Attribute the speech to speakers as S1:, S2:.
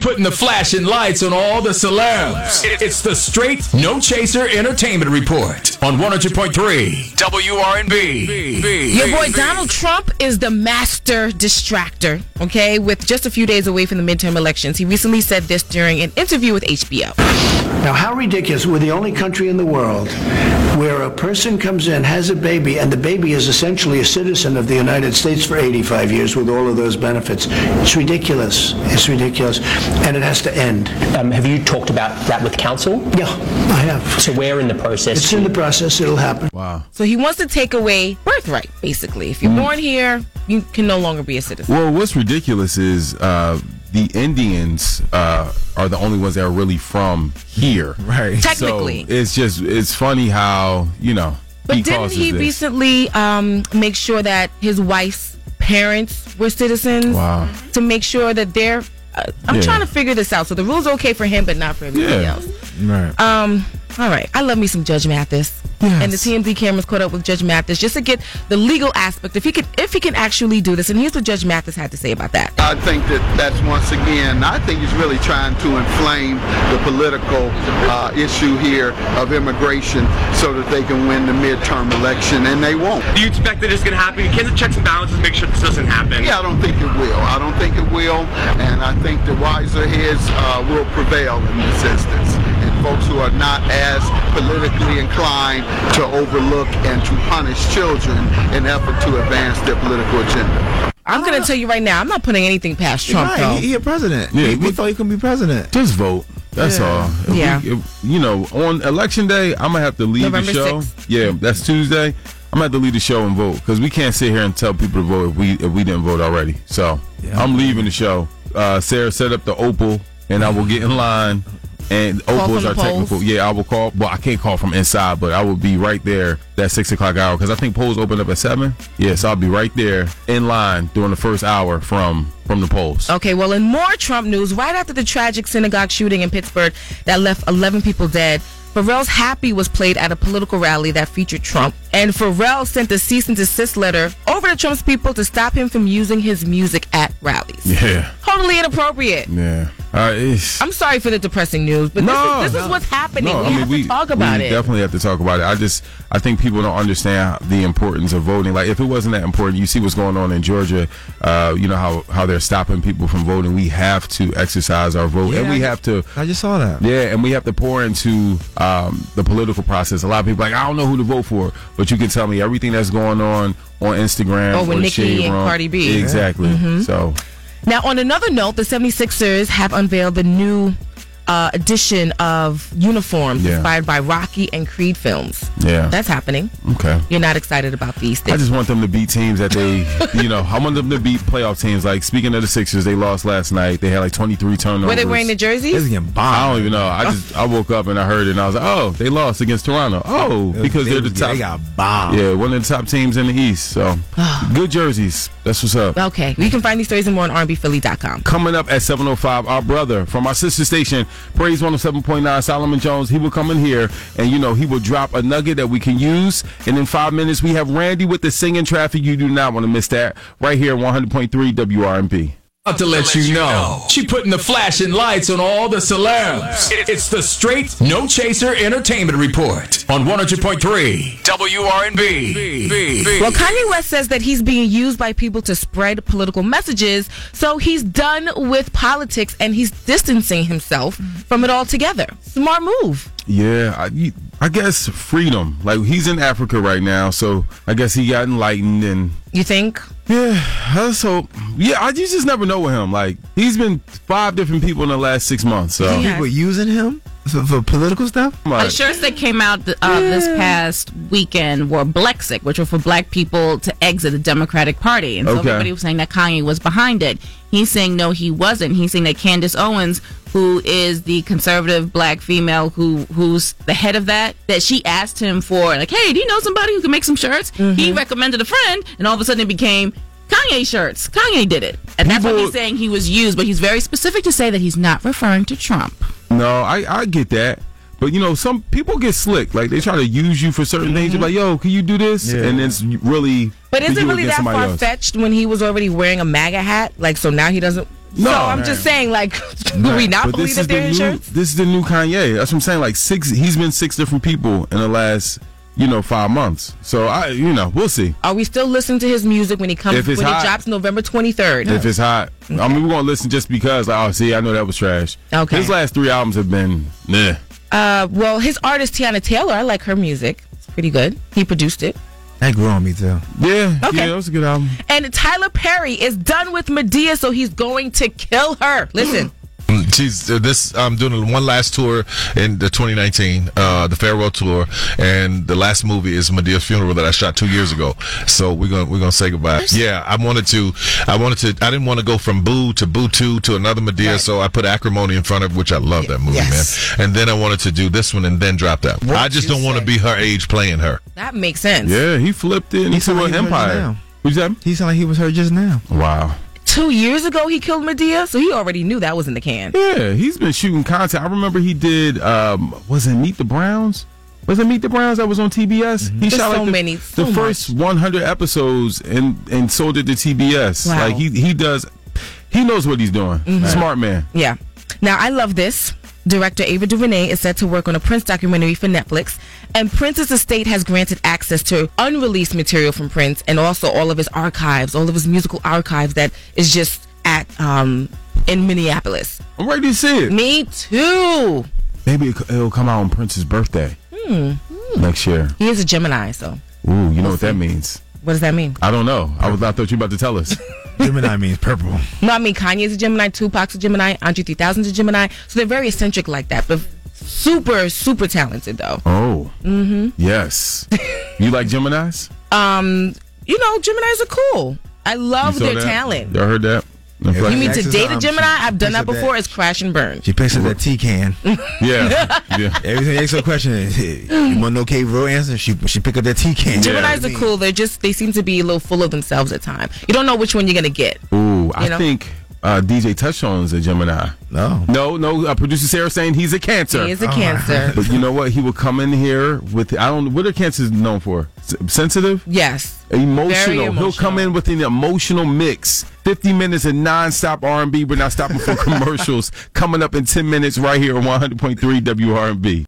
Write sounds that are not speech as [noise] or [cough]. S1: putting the flashing lights on all the celebs. It's the straight No Chaser Entertainment Report on 100.3 WRNB.
S2: Your boy Donald Trump is the master distractor, okay? With just a few days away from the midterm elections, he recently said this during an interview with HBO.
S3: Now, how ridiculous. We're the only country in the world where a person comes in, has a baby, and the baby is essentially a citizen of the United States for 85 years with all of those benefits. It's ridiculous. It's ridiculous. And it has to end.
S4: Um, have you talked about that with council?
S3: Yeah, I have.
S4: So we're in the process.
S3: It's in the process. It'll happen.
S2: So he wants to take away birthright, basically. If you're born here, you can no longer be a citizen.
S5: Well, what's ridiculous is uh, the Indians uh, are the only ones that are really from here.
S1: Right.
S2: Technically.
S5: So it's just it's funny how you know.
S2: But didn't
S5: causes
S2: he
S5: this.
S2: recently um, make sure that his wife's parents were citizens?
S5: Wow.
S2: To make sure that they're. Uh, I'm
S5: Yeah.
S2: trying to figure this out. So the rule's okay for him, but not for everybody
S5: Yeah.
S2: else.
S1: Right.
S2: Um, all right. I love me some Judge Mathis. And the TMZ cameras caught up with Judge Mathis just to get the legal aspect. If he could, if he can actually do this, and here's what Judge Mathis had to say about that.
S6: I think that that's once again, I think he's really trying to inflame the political uh, issue here of immigration so that they can win the midterm election, and they won't.
S7: Do you expect that it's going to happen? Can the checks and balances make sure this doesn't happen?
S6: Yeah, I don't think it will. I don't think it will, and I think the wiser heads uh, will prevail in this instance. And folks who are not as politically inclined to overlook and to punish children in effort to advance their political agenda.
S2: I'm gonna tell you right now, I'm not putting anything past Trump.
S1: Right,
S2: though.
S1: he, he a president.
S5: Yeah,
S1: we,
S5: he-
S1: thought he couldn't be president.
S5: Just vote. That's all. If we-
S2: Yeah.
S5: if- you know, on election day, I'm gonna have to leave
S2: November
S5: the show.
S2: 6th.
S5: Yeah, that's Tuesday. I'm gonna have to leave the show and vote because we can't sit here and tell people to vote if we if we didn't vote already. So
S1: Yeah.
S5: I'm leaving the show. Uh, Sarah set up the Opal, and I will get in line. And Opal
S2: from
S5: is
S2: the
S5: our technical.
S2: polls.
S5: Yeah, I will call. Well, I can't call from inside, but I will be right there that six o'clock hour because I think polls open up at seven. Yeah, so I'll be right there in line during the first hour from from the polls.
S2: Okay, well, in more Trump news, right after the tragic synagogue shooting in Pittsburgh that left 11 people dead, Pharrell's Happy was played at a political rally that featured Trump. And Pharrell sent a cease and desist letter over to Trump's people to stop him from using his music at rallies.
S5: Yeah,
S2: Totally inappropriate.
S5: yeah. All right. it's-
S2: I'm sorry for the depressing news, but
S5: No,
S2: this, is, this is
S5: no.
S2: what's happening.
S5: No,
S2: we
S5: I mean
S2: have
S5: we
S2: to talk about
S5: we
S2: it.
S5: Definitely have to talk about it. I just I think people don't understand the importance of voting. Like if it wasn't that important, you see what's going on in Georgia. Uh, you know how how they're stopping people from voting. We have to exercise our vote, and
S1: Yeah,
S5: we
S1: I-
S5: have to.
S1: I just saw that.
S5: Yeah, and we have to pour into um, the political process. A lot of people are like I don't know who to vote for, but you can tell me everything that's going on on Instagram.
S2: Oh, with
S5: or
S2: Nicki
S5: Shade
S2: and
S5: Room.
S2: Cardi B. Mm-hmm.
S5: Exactly. So
S2: Now, on another note, the 76ers have unveiled the new uh, edition of uniforms
S5: Yeah.
S2: inspired by Rocky and Creed films.
S5: Yeah.
S2: That's happening.
S5: okay.
S2: You're not excited about these
S5: I
S2: things.
S5: just want them to beat teams that they, you know, I want them to beat playoff teams. Like speaking of the Sixers, they lost last night. They had like 23 turnovers.
S2: Were they wearing the
S1: This is
S2: jerseys?
S1: getting
S5: I
S1: bombed.
S5: don't even know. I just I woke up and I heard it and I was like, oh, they lost against Toronto. Oh, because
S1: They
S5: they're the
S1: was- They
S5: top.
S1: got bombed.
S5: Yeah, one of the top teams in the East.
S2: [sighs]
S5: So good jerseys. That's what's up.
S2: Okay. You can find these stories and more on rnbphilly.com.
S5: Coming up at 7.05, our brother from our sister station, Praise 107.9, Solomon Jones, he will come in here and, you know, he will drop a nugget that we can use. And in five minutes, we have Randy with the singing traffic. You do not want to miss that right here at 100.3 WRMP.
S1: About to let you know.
S8: She putting the flashing lights on all the celebs. It's the straight No Chaser Entertainment Report on 100.3 WRNB.
S2: Well, Kanye West says that he's being used by people to spread political messages, so he's done with politics and he's distancing himself from it altogether. Smart move.
S5: Yeah, I, you- I guess freedom. Like, he's in Africa right now, so I guess he got enlightened and
S2: You think?
S5: Yeah, so yeah, I, you just never know with him. Like he's been five different people in the last six months. So
S2: Yeah.
S1: People using him for, for political stuff.
S5: I'm like,
S9: shirts that came out uh, this past weekend were Blexic, which were for black people to exit the Democratic Party. And so
S5: Okay.
S9: everybody was saying that Kanye was behind it. He's saying no, he wasn't. He's saying that Candace Owens, who is the conservative black female who who's the head of that, that she asked him for like, hey, do you know somebody who can make some shirts? He
S5: Mm-hmm.
S9: recommended a friend, and all of a sudden it became. Kanye shirts. Kanye did it. And that's what
S5: People-
S9: he's saying he was used, but he's very specific to say that he's not referring to Trump.
S5: no, I I get that, but you know some people get slick. Like they try to use you for certain things. You're like, yo, can you do this?
S1: Yeah.
S5: And it's really.
S2: But is
S5: you
S2: it really
S5: against
S2: that
S5: somebody else.
S2: far fetched when he was already wearing a MAGA hat? Like, so now he doesn't.
S5: No.
S2: so I'm just saying, like, [laughs] do we not
S5: But
S2: believe
S5: this
S2: that
S5: is
S2: they're
S5: the new,
S2: insurance?
S5: this is the new Kanye. That's what I'm saying. Like six, he's been six different people in the last, you know, five months. So I, you know, we'll see
S2: Are we still listening to his music when he comes
S5: If
S2: when
S5: it's
S2: it
S5: hot.
S2: drops November 23rd?
S5: if it's hot. I mean, we're gonna listen just because. Like, oh, see, I know that was trash.
S2: Okay.
S5: His last three albums have been meh.
S2: Uh, well, his artist Tiana Taylor, I like her music. It's pretty good. He produced it.
S10: That grew on me too.
S5: Yeah.
S2: Okay.
S5: Yeah, that was a good album.
S2: And Tyler Perry is done with Medea, so he's going to kill her. Listen.
S11: She's uh, this. I'm doing one last tour in the 2019, uh, the farewell tour, and the last movie is Medea's funeral that I shot two years ago. So we're gonna we're gonna say goodbye. Yeah, I wanted to. I wanted to. I didn't want to go from Boo to Boo Two to another Medea. So I put Acrimony in front of, which I love that movie,
S10: Yes.
S11: man. And then I wanted to do this one and then drop that. One.
S10: What
S11: I just
S10: you
S11: don't want to
S10: say?
S11: be her age playing her.
S2: That makes sense.
S5: Yeah, he flipped it
S10: He's
S5: into
S10: like
S5: an
S10: he was
S5: empire.
S10: now.
S5: What you said?
S10: He sounded like he was her just now.
S5: Wow.
S2: Two years ago, he killed Medea, so he already knew that was in the can.
S5: Yeah, he's been shooting content. I remember he did. Um, was it Meet the Browns? Was it Meet the Browns that was on TBS? He
S2: Mm-hmm. There's so
S5: the,
S2: many, so
S5: the first 100 episodes and and sold it to TBS.
S2: Wow. Mm-hmm.
S5: Like he he does, he knows what he's doing. Smart man.
S2: Yeah. Now, I love this. Director Ava DuVernay is set to work on a Prince documentary for Netflix, and Prince's estate has granted access to unreleased material from Prince and also all of his archives, all of his musical archives that is just at um in Minneapolis.
S5: I'm ready to see it.
S2: Me too.
S5: Maybe it, will come out on Prince's birthday
S2: Hmm.
S5: next year.
S2: He is a Gemini, so
S5: Ooh, you know what that means?
S2: what does that mean?
S5: I don't know. I was I thought you were about to tell
S2: [laughs]
S5: us.
S10: Gemini means purple.
S2: No, I mean Kanye's a Gemini, Tupac's a Gemini, Andre 3000's a Gemini. So they're very eccentric like that, but super, super talented though.
S5: oh, mm-hmm. yes. you like Gemini's?
S2: Um, you know, Geminis are cool. I love
S5: You saw
S2: their
S5: that?
S2: talent.
S5: Y'all heard that?
S2: You mean to
S10: Jackson's
S2: date a
S10: arms,
S2: Gemini?
S10: she-
S2: I've done
S10: she
S2: that
S10: said
S2: before.
S10: that.
S2: It's crash and burn.
S10: She picks up that tea can.
S5: yeah, yeah.
S10: Every time you ask her a question, [laughs] you want no K real answer. She she pick up that tea can.
S2: Gemini's are cool. They're just they seem to be a little full of themselves at times. You don't know which one you're gonna get.
S5: Ooh, I
S2: You know?
S5: think uh, DJ Touchstone's a Gemini.
S10: No.
S5: No, no, uh, producer Sarah saying he's a Cancer.
S2: He is a
S5: [laughs]
S2: Cancer.
S5: but you know what? He will come in here with I don't. What are cancers known for? S- sensitive,
S2: Yes.
S5: emotional. He'll
S2: emotional.
S5: come in with an emotional mix. Fifty minutes of nonstop R
S2: [laughs]
S5: and B. We're not stopping for commercials. Coming up in ten minutes, right here on one hundred point three WRB.